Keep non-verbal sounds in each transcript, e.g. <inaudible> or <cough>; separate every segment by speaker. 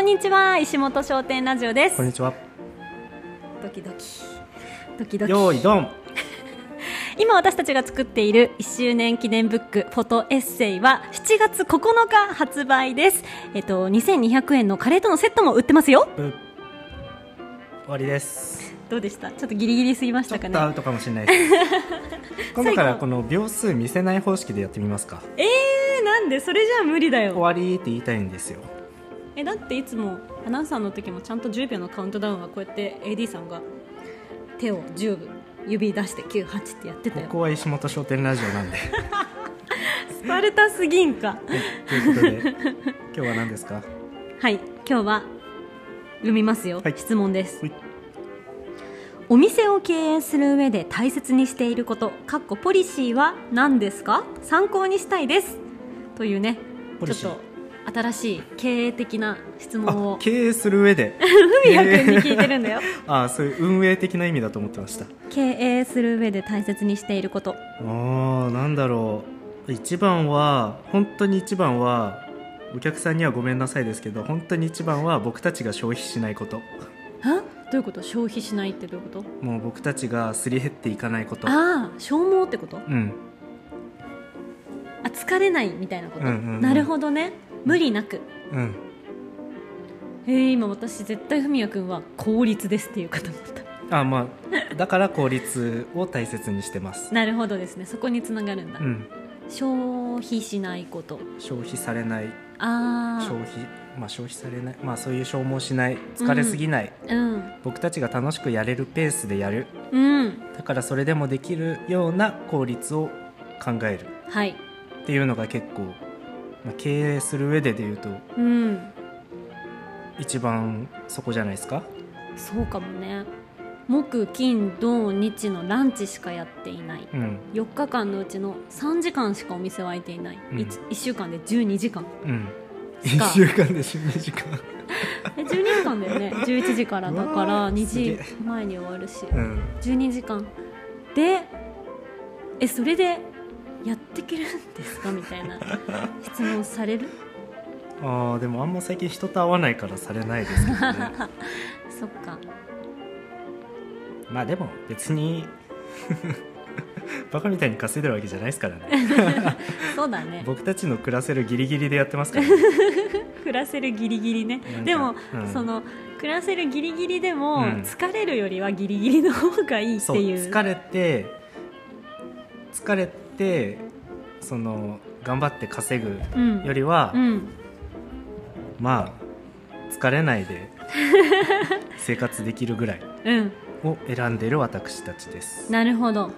Speaker 1: んにちは石本商店ラジオです
Speaker 2: こんにちは。
Speaker 1: ドキドキドキドキ
Speaker 2: よーいどん。
Speaker 1: 今私たちが作っている1周年記念ブックフォトエッセイは7月9日発売ですえっと2200円のカレーとのセットも売ってますよ
Speaker 2: ぶ終わりです。
Speaker 1: どうでしたちょっとギリギリすぎまし
Speaker 2: ちょ
Speaker 1: たか
Speaker 2: っとアウ
Speaker 1: ね
Speaker 2: トかもしれな
Speaker 1: <laughs>
Speaker 2: いです。今度か
Speaker 1: 最
Speaker 2: ら
Speaker 1: 後
Speaker 2: この秒数見せない方式でやってみますか。
Speaker 1: えー、なんでそれじゃあ無理だ
Speaker 2: 終
Speaker 1: よ
Speaker 2: わりって言いたいんですよ。
Speaker 1: えだっていつもアナウンサーの時もちゃんと10秒のカウントダウンはこうやって AD さんが手を10指出して98ってやってた
Speaker 2: こ
Speaker 1: よ
Speaker 2: こは石本商店ラジオ
Speaker 1: <laughs>
Speaker 2: なんで。
Speaker 1: スパルタすぎんか
Speaker 2: はいということで今日は何で
Speaker 1: <laughs>
Speaker 2: すか。
Speaker 1: はい今日は読みますよ、
Speaker 2: はい
Speaker 1: 質問です
Speaker 2: はい
Speaker 1: お店を経営する上で大切にしていることかっこポリシーは何ですか参考にしたいですというね
Speaker 2: ポ
Speaker 1: ちょ
Speaker 2: リ
Speaker 1: っ
Speaker 2: シー
Speaker 1: と新しい経営的な質問
Speaker 2: あ
Speaker 1: を
Speaker 2: 経営する上で。
Speaker 1: <laughs> 文也君に聞いてるんだよ
Speaker 2: あそういう運営的な意味だと思ってました。
Speaker 1: <laughs> 経営する上で大切にしていること
Speaker 2: ああなんだろう一番は本当に一番はお客さんにはごめんなさいですけど本当に一番は僕たちが消費しないこと
Speaker 1: あどういうこと消費しないってどういうこと
Speaker 2: もう僕たちがすり減っていかないこと
Speaker 1: ああ消耗ってこと
Speaker 2: うん
Speaker 1: あ疲れないみたいなこと、
Speaker 2: うんうんうん
Speaker 1: なるほどね無理なく
Speaker 2: うん
Speaker 1: えー、今私絶対文也君は効率ですっていうかと思った
Speaker 2: <laughs> あまあだから効率を大切にしてます
Speaker 1: なるほどですねそこにつながるんだ、
Speaker 2: うん
Speaker 1: 消費しないこと
Speaker 2: 消費されない
Speaker 1: ああ
Speaker 2: 消費まあ消費されないまあそういう消耗しない疲れすぎない、
Speaker 1: うん
Speaker 2: 僕たちが楽しくやれるペースでやる
Speaker 1: うん
Speaker 2: だからそれでもできるような効率を考える
Speaker 1: はい
Speaker 2: っていうのが結構、まあ、経営する上でで言うと
Speaker 1: うん
Speaker 2: 一番そこじゃないですか
Speaker 1: そうかもね木金土日のランチしかやっていない
Speaker 2: うん
Speaker 1: 4日間のうちの3時間しかお店は開いていない、
Speaker 2: うん
Speaker 1: 1, 週間で12時間
Speaker 2: うん
Speaker 1: か
Speaker 2: 1週間で12時間
Speaker 1: え12時間だよね11時からだか
Speaker 2: <laughs> うわ
Speaker 1: ら
Speaker 2: ー
Speaker 1: 2
Speaker 2: すげ
Speaker 1: 時
Speaker 2: え
Speaker 1: 前に終わるし、
Speaker 2: うん
Speaker 1: 12時間でえそれでやってけるんですかみた
Speaker 2: <laughs>
Speaker 1: いな質問される
Speaker 2: あーでもあんま最近人と会わないからされないですけど
Speaker 1: <laughs>
Speaker 2: ね
Speaker 1: そっか
Speaker 2: まあでも別に <laughs> バカみたいに稼いでるわけじゃないですか
Speaker 1: <laughs>
Speaker 2: らね
Speaker 1: そうだね
Speaker 2: 僕たちの暮らせるギリギリでやってますから、ね、
Speaker 1: 暮らせるギリギリね
Speaker 2: なんか
Speaker 1: でも、
Speaker 2: うん
Speaker 1: その暮らせるギリギリでも、
Speaker 2: うん
Speaker 1: 疲れるよりはギリギリの方がいいっ
Speaker 2: そう
Speaker 1: ていう
Speaker 2: 疲れて疲れてその頑張って稼ぐ
Speaker 1: うん
Speaker 2: よりは、
Speaker 1: うん、
Speaker 2: まあ疲れないで生活できるぐらい
Speaker 1: うん、
Speaker 2: を選んでいる私たちで
Speaker 1: <laughs>
Speaker 2: す。
Speaker 1: なるほど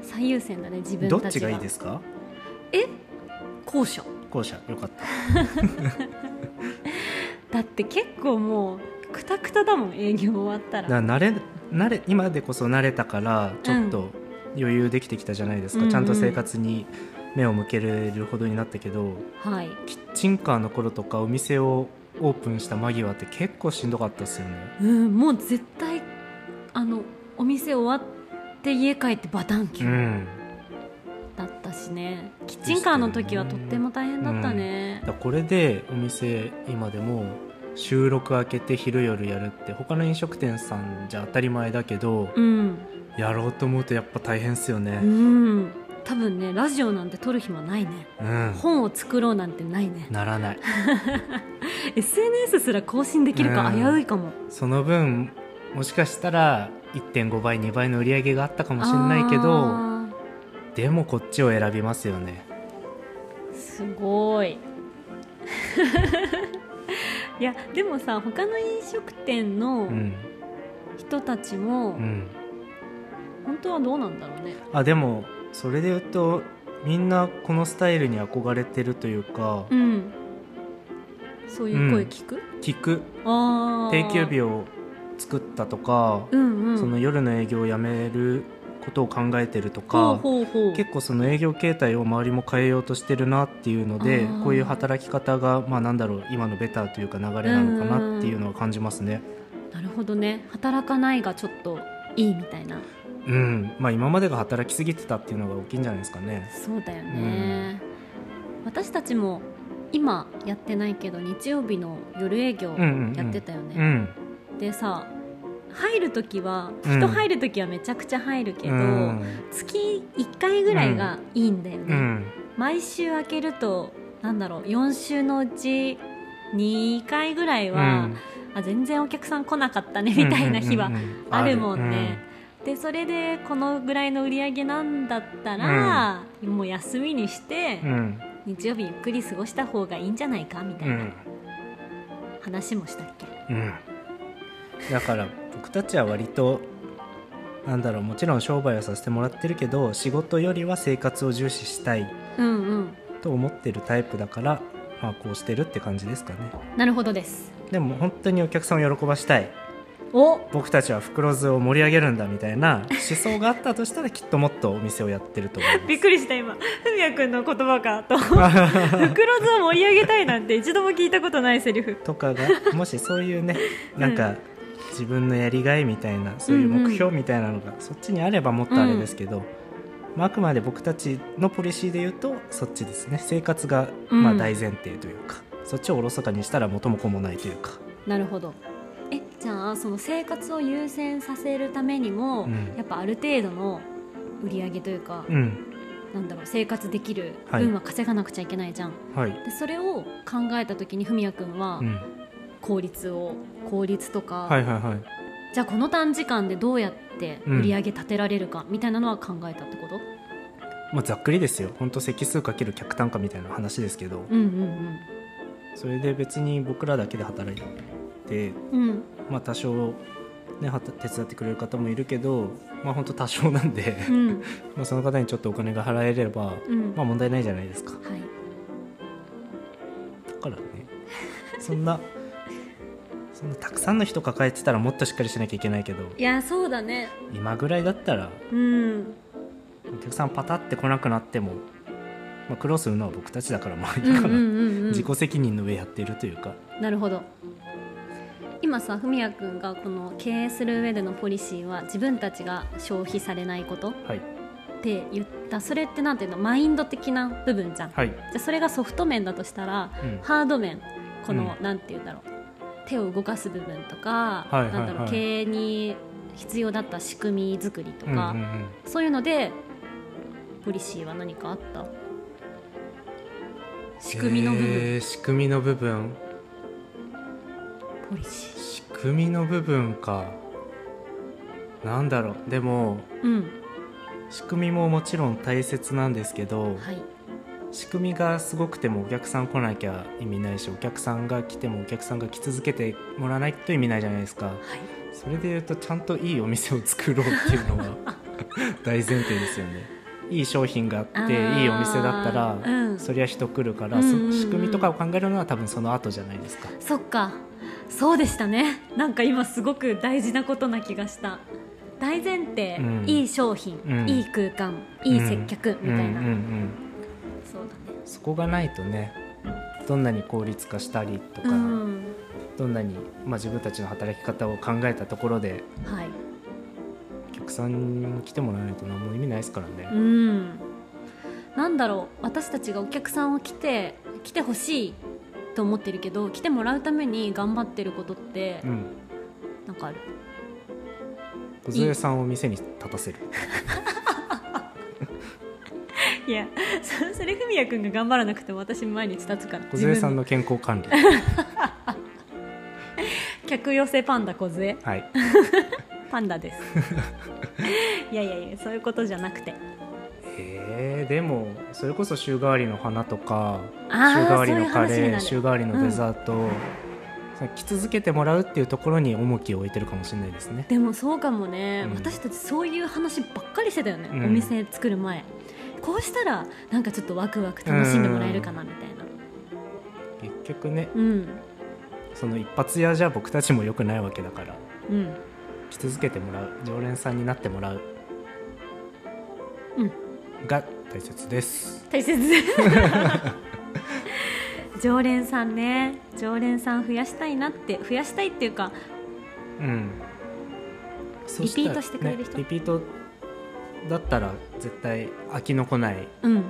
Speaker 1: 最優先だね自分
Speaker 2: ど
Speaker 1: た
Speaker 2: っ
Speaker 1: ち
Speaker 2: ち
Speaker 1: が
Speaker 2: がいいですか？
Speaker 1: 後者
Speaker 2: 後者よかった。
Speaker 1: だって結構もうくたくただもん営業終わったら
Speaker 2: だから慣れ慣れ今でこそ慣れたからちょっ
Speaker 1: う
Speaker 2: と余裕できてきたじゃないですか。
Speaker 1: うんうん
Speaker 2: ちゃんと生活に目を向けれるほどになったけど、
Speaker 1: はい
Speaker 2: キッチンカーの頃とかお店をオープンした間際って結構しんどかったですよね。
Speaker 1: うんもう絶対あのお店終わって家帰ってバタンキ
Speaker 2: う
Speaker 1: ュー
Speaker 2: ん。
Speaker 1: だったしね、キッチンカーの時はとっても大変だったね
Speaker 2: だからこれでお店今でも収録開けて昼夜やるって他の飲食店さんじゃ当たり前だけど、
Speaker 1: うん、
Speaker 2: やろうと思うとやっぱ大変っすよ
Speaker 1: う
Speaker 2: ね
Speaker 1: ん、多分ねラジオなんて撮る暇ないね
Speaker 2: うん、
Speaker 1: 本を作ろうなんてないね
Speaker 2: ならない
Speaker 1: SNS すら更新できるか
Speaker 2: う
Speaker 1: 危
Speaker 2: ん
Speaker 1: ういかも、
Speaker 2: その分もしかしたら1.5倍2倍の売り上げがあったかもしれないけど
Speaker 1: あ
Speaker 2: でもこっちを選びますよね
Speaker 1: ーすごい <laughs> いやでもさ他の飲食店の
Speaker 2: うん
Speaker 1: 人たちも
Speaker 2: うん
Speaker 1: 本当はどうなんだろうね
Speaker 2: あでもそれで言うとみんなこのスタイルに憧れてるというか、
Speaker 1: うんそういう声聞く、
Speaker 2: 聞く
Speaker 1: ああ
Speaker 2: 定休日を作ったとか、
Speaker 1: うんうん
Speaker 2: その夜の営業をやめることを考えてると
Speaker 1: ほう
Speaker 2: か、
Speaker 1: ほうほう
Speaker 2: 結構その営業形態を周りも変えようとしてるなっていうの
Speaker 1: あ
Speaker 2: で
Speaker 1: ー
Speaker 2: こういう働き方がまあなんだろう今のベターというか流れなのかなっていうのは感じますね。
Speaker 1: なるほどね働かないがちょっといいみたいな
Speaker 2: うんまあ、今までが働きすぎてたっていうのが大きいんじゃないですかね。
Speaker 1: そうだよね、私たちも今やってないけど日曜日の夜営業
Speaker 2: んうんうん
Speaker 1: やってたよね、
Speaker 2: うん
Speaker 1: でさ入る時は
Speaker 2: うん
Speaker 1: 人入る時はめちゃくちゃ入るけど、
Speaker 2: うん
Speaker 1: 月1回ぐらいがいいんだよね、
Speaker 2: うん
Speaker 1: 毎週開けるとなんだろう4週のうち2回ぐらいは、あ全然お客さん来なかったねみたいな日は
Speaker 2: うんうんうんうん
Speaker 1: あるもんね、でそれでこのぐらいの売り上げなんだったら、もう休みにして
Speaker 2: う、ん
Speaker 1: 日曜日ゆっくり過ごした方がいいんじゃないかみた
Speaker 2: う
Speaker 1: いなん話もしたっけ、
Speaker 2: うんだから僕たちは割となんだろうもちろん商売はさせてもらってるけど仕事よりは生活を重視したい
Speaker 1: うんうん
Speaker 2: と思ってるタイプだから、まあ、こうしてるって感じですかね
Speaker 1: なるほどです
Speaker 2: でも本当にお客さんを喜ばしたい
Speaker 1: お
Speaker 2: 僕たちは袋酢を盛り上げるんだみたいな思想があったとしたらきっともっとお店をやってると思います
Speaker 1: びっくりした今ふみやくんの言葉か
Speaker 2: <laughs>
Speaker 1: と袋酢を盛り上げたいなんて一度も聞いたことないセリフ
Speaker 2: とかがもしそういうねなんか、自分のやりがいみたいなそういう目標みたいなのが、そっちにあればもっとあれですけど、まあ、あくまで僕たちのポリシーで言うとそっちですね生活が、まあ、
Speaker 1: うん
Speaker 2: 大前提というか、そっちをおろそかにしたら元も子もないというか
Speaker 1: なるほどえじゃあその生活を優先させるためにも、
Speaker 2: うん
Speaker 1: やっぱある程度の売り上げというか、
Speaker 2: うん
Speaker 1: なんだろう生活できる
Speaker 2: はい
Speaker 1: 分は稼がなくちゃいけないじゃん、
Speaker 2: はい、
Speaker 1: でそれを考えた時にふみやくんは
Speaker 2: うん、
Speaker 1: 効率を効率とか、
Speaker 2: はいはいはい
Speaker 1: じゃあこの短時間でどうやって売り上げ立てられるかみたいなのは考えたってこと、
Speaker 2: まあ、ざっくりですよ本当席数かける客単価みたいな話ですけど、
Speaker 1: うん、うん
Speaker 2: それで別に僕らだけで働いて、
Speaker 1: うんうん
Speaker 2: まあ、多少、ね、はた手伝ってくれる方もいるけど、まあ、本当多少なんで
Speaker 1: うん
Speaker 2: <laughs> まあその方にちょっとお金が払えれば、
Speaker 1: うん
Speaker 2: まあ、問題ないじゃないですか
Speaker 1: はい
Speaker 2: だからねそんなそんなたくさんの人抱えてたらもっとしっかりしなきゃいけないけど
Speaker 1: いやそうだね
Speaker 2: 今ぐらいだったら
Speaker 1: うん
Speaker 2: お客さんパタって来なくなっても、まあ、苦労するのは僕たちだからまあいい
Speaker 1: うんうん
Speaker 2: かな、
Speaker 1: うん、うん、
Speaker 2: 自己責任の上やってるというか
Speaker 1: なるほど今さ文也君がこの経営する上でのポリシーは自分たちが消費されないことっ
Speaker 2: はい
Speaker 1: て言ったそれってなんていうのマインド的な部分じゃん、
Speaker 2: はい
Speaker 1: じゃあそれがソフト面だとしたら、
Speaker 2: うん
Speaker 1: ハード面この、
Speaker 2: う
Speaker 1: なんて言うんだろう手を動かす部分とか、
Speaker 2: はいはいはい
Speaker 1: なんだろう経営に必要だった仕組み作りと
Speaker 2: うんうん
Speaker 1: か、
Speaker 2: うん
Speaker 1: そういうのでポリシーは何かあった仕組みの部分、
Speaker 2: えー仕組みの部分
Speaker 1: ポリシー
Speaker 2: 仕組みの部分かなんだろうでも
Speaker 1: うん
Speaker 2: 仕組みももちろん大切なんですけど、
Speaker 1: はい
Speaker 2: 仕組みがすごくてもお客さん来なきゃ意味ないしお客さんが来てもお客さんが来続けてもらわないと意味ないじゃないですか
Speaker 1: はい
Speaker 2: それでいうとちゃんといいお店を作ろうっていう
Speaker 1: <laughs>
Speaker 2: のは大前提ですよねいい商品があって
Speaker 1: あー
Speaker 2: いいお店だったら、
Speaker 1: うん
Speaker 2: そりゃ人来るから、
Speaker 1: うん
Speaker 2: そ
Speaker 1: うんうん
Speaker 2: 仕組みとかを考えるのは多分その後じゃないですか
Speaker 1: そっかそうでしたねなんか今すごく大事なことな気がした大前提、
Speaker 2: うん
Speaker 1: いい商品、
Speaker 2: うん
Speaker 1: いい空間いい接客、みたいな、
Speaker 2: うんうんうん
Speaker 1: そうだね
Speaker 2: そこがないとねどんなに効率化したりとか、
Speaker 1: うん
Speaker 2: どんなに、まあ、自分たちの働き方を考えたところで
Speaker 1: はい
Speaker 2: お客さんに来てもらわないと何も意味ないですからね
Speaker 1: う。んなんだろう私たちがお客さんを来て来てほしいと思ってるけど来てもらうために頑張ってることって
Speaker 2: うん、
Speaker 1: なんかある、
Speaker 2: 小杉さんを店に立たせる。
Speaker 1: いやそそれ文也君が頑張らなくても私毎日立つから
Speaker 2: 小杉さんの健康管理。
Speaker 1: 客寄せパンダ小杖
Speaker 2: はい。
Speaker 1: パンダです <laughs> いやいやいやそういうことじゃなくて
Speaker 2: えー、でもそれこそ週替わりの花とか週
Speaker 1: あー
Speaker 2: 替わり
Speaker 1: そうい
Speaker 2: の
Speaker 1: う
Speaker 2: カ
Speaker 1: 話に
Speaker 2: レ
Speaker 1: なる
Speaker 2: ー週替わりのデザート、その来続けてもらうっていうところに重きを置いてるかもしれないですね。
Speaker 1: でもそうかもね、
Speaker 2: うん
Speaker 1: 私たちそういう話ばっかりしてたよね、
Speaker 2: うん
Speaker 1: お店作る前こうしたらなんかちょっとワクワク楽しんでもらえるかなみたいな
Speaker 2: 結局ね
Speaker 1: うん
Speaker 2: その一発屋じゃ僕たちも良くないわけだから。
Speaker 1: うん
Speaker 2: し続けてもらう常連さんになってもらう
Speaker 1: うん
Speaker 2: が大切です
Speaker 1: 大
Speaker 2: <laughs>
Speaker 1: 切常連さんね常連さん増やしたいなって増やしたいっていうか
Speaker 2: うんそ
Speaker 1: リピートしてくれる人
Speaker 2: ねリピートだったら絶対飽きのこない
Speaker 1: うん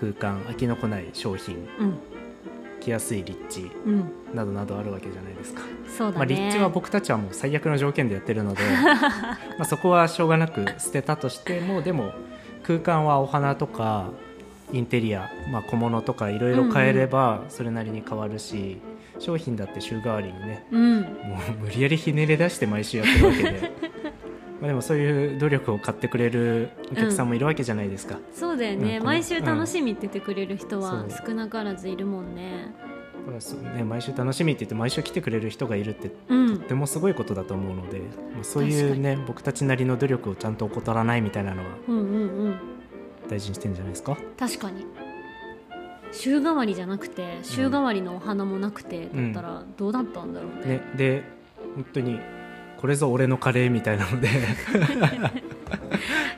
Speaker 2: 空間飽きのこない商品
Speaker 1: うん
Speaker 2: 来やすい立地
Speaker 1: うん、
Speaker 2: などなどあるわけじゃないですか、
Speaker 1: そう
Speaker 2: まあ、
Speaker 1: だね、
Speaker 2: 立地は僕たちはもう最悪の条件でやってる
Speaker 1: <laughs>
Speaker 2: のでまあそこはしょうがなく捨てたとしてもでも空間はお花とかインテリア、まあ、小物とかいろいろ変えればそれなりに変わるし、商品だって週替わりにね
Speaker 1: うん、
Speaker 2: もう無理やりひねり出して毎週やってるわけで
Speaker 1: <laughs>
Speaker 2: まあでもそういう努力を買ってくれるお客さんもいるわけじゃないですか、
Speaker 1: そうだよね、
Speaker 2: うん
Speaker 1: 毎週楽しみって言ってくれる人は
Speaker 2: うん
Speaker 1: 少なからずいるもんね
Speaker 2: だからそうね、毎週楽しみって言って毎週来てくれる人がいるって
Speaker 1: うん
Speaker 2: とてもすごいことだと思うので、まあ、そうい
Speaker 1: 確
Speaker 2: う
Speaker 1: か
Speaker 2: ね僕たちなりの努力をちゃんと怠らないみたいなのは
Speaker 1: うんうんうん
Speaker 2: 大事にしてるんじゃないですか
Speaker 1: 確かに週替わりじゃなくて週替わりのお花もなくて、
Speaker 2: うん
Speaker 1: だったらどうだったんだろうね
Speaker 2: ね、で本当にこれぞ俺のカレーみたいなので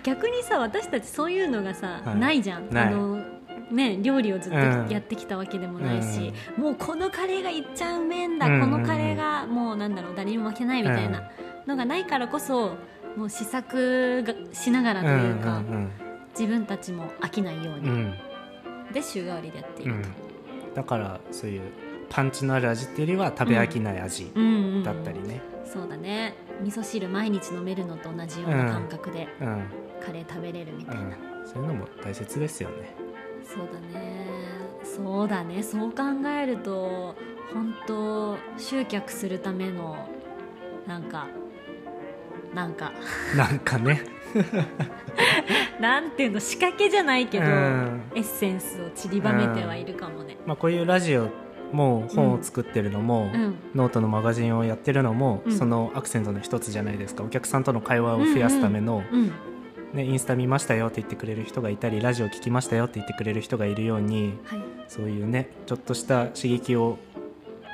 Speaker 1: 逆にさ私たちそういうのがさ、
Speaker 2: はい
Speaker 1: ないじゃん
Speaker 2: ない
Speaker 1: あのね、料理をずっと
Speaker 2: うん
Speaker 1: やってきたわけでもないし、もうこのカレーがいっちゃうめえんだ、
Speaker 2: うんうんうん
Speaker 1: このカレーがもうなんだろう誰にも負け <laughs> ないみたいなのがないからこそもう試作がしながら
Speaker 2: うん
Speaker 1: と
Speaker 2: う
Speaker 1: いうか、
Speaker 2: ん
Speaker 1: 自分たちも飽きないよう
Speaker 2: うんう
Speaker 1: に、
Speaker 2: ん
Speaker 1: で週替わりでやっていうる
Speaker 2: んだからそういうパンチのある味っていうよりは食べ飽きない味
Speaker 1: と、うんうんうん
Speaker 2: だったりね、
Speaker 1: そうだね味噌汁毎日飲めるのと同じような感覚で
Speaker 2: うんうん
Speaker 1: カレー食べれるみたいな、
Speaker 2: そういうのも大切ですよね
Speaker 1: そうだねそうだねそう考えると本当集客するためのなんかなんか <laughs>
Speaker 2: なんかね
Speaker 1: なんていうの仕掛けじゃないけど、
Speaker 2: うん
Speaker 1: エッセンスを散りばめてはいるかもね
Speaker 2: まあ、こういうラジオも本を作ってるのも、
Speaker 1: うん
Speaker 2: ノートのマガジンをやってるのも、
Speaker 1: うん
Speaker 2: そのアクセントの一つじゃないですかお客さんとの会話を増やすための、
Speaker 1: うん
Speaker 2: ね、インスタ見ましたよって言ってくれる人がいたりラジオ聞きましたよって言ってくれる人がいるように
Speaker 1: はい
Speaker 2: そういうねちょっとした刺激を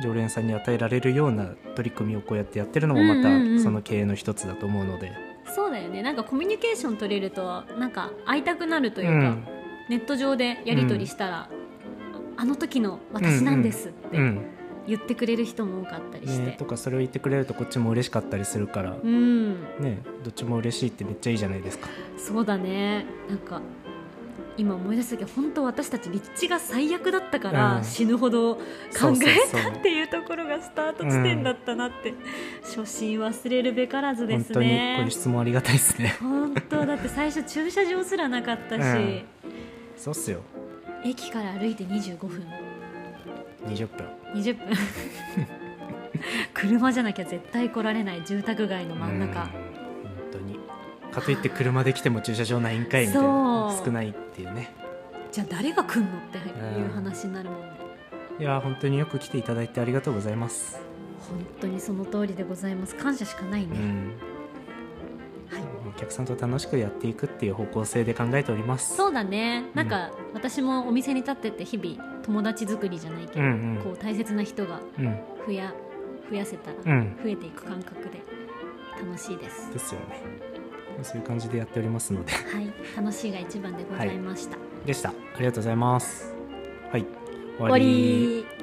Speaker 2: 常連さんに与えられるような取り組みをこうやってやってるのもまた、
Speaker 1: うんうんうん
Speaker 2: その経営の一つだと思うので、
Speaker 1: そうだよねなんかコミュニケーション取れるとなんか会いたくなるというか、
Speaker 2: うん
Speaker 1: ネット上でやり取りしたら、あの時の私なんですっ
Speaker 2: う
Speaker 1: て
Speaker 2: ん
Speaker 1: 言ってくれる人も多かったりして、
Speaker 2: ね、とかそれを言ってくれるとこっちも嬉しかったりするから、
Speaker 1: うん
Speaker 2: ね、どっちも嬉しいってめっちゃいいじゃないですか。
Speaker 1: そうだねなんか今思い出したけど本当私たち立地が最悪だったから、
Speaker 2: うん
Speaker 1: 死ぬほど考
Speaker 2: そうそう
Speaker 1: え
Speaker 2: そう
Speaker 1: たっていうところがスタート地点だったなって、初心忘れるべからずで
Speaker 2: 本
Speaker 1: す
Speaker 2: 当にこうい
Speaker 1: ね
Speaker 2: う質問ありがたいですね
Speaker 1: 本当だって最初駐車場すらなかったし、
Speaker 2: うんそうっすよ
Speaker 1: 駅から歩いて25分
Speaker 2: 20分
Speaker 1: 20分 <laughs> 車じゃなきゃ絶対来られない住宅街の真ん中
Speaker 2: う本当にかといって車で来ても駐車場ないんかいみたいな
Speaker 1: そう
Speaker 2: 少ないっていうね
Speaker 1: じゃあ誰が来んのっていう話になるもんね、
Speaker 2: いやー本当によく来ていただいてありがとうございます、
Speaker 1: 本当にその通りでございます感謝しかないうね、
Speaker 2: ん、お客さんと楽しくやっていくっていう方向性で考えております
Speaker 1: そうだねなんか、私もお店に立ってて日々友達作りじゃないけど、
Speaker 2: うんうん
Speaker 1: こう大切な人が
Speaker 2: うん
Speaker 1: 増や増やせた
Speaker 2: う
Speaker 1: ら
Speaker 2: ん
Speaker 1: 増えていく感覚で楽しいです、
Speaker 2: ですよねそういう感じでやっておりますので <laughs>
Speaker 1: はい楽しいが一番でございました、
Speaker 2: でしたありがとうございますはい終
Speaker 1: 終わり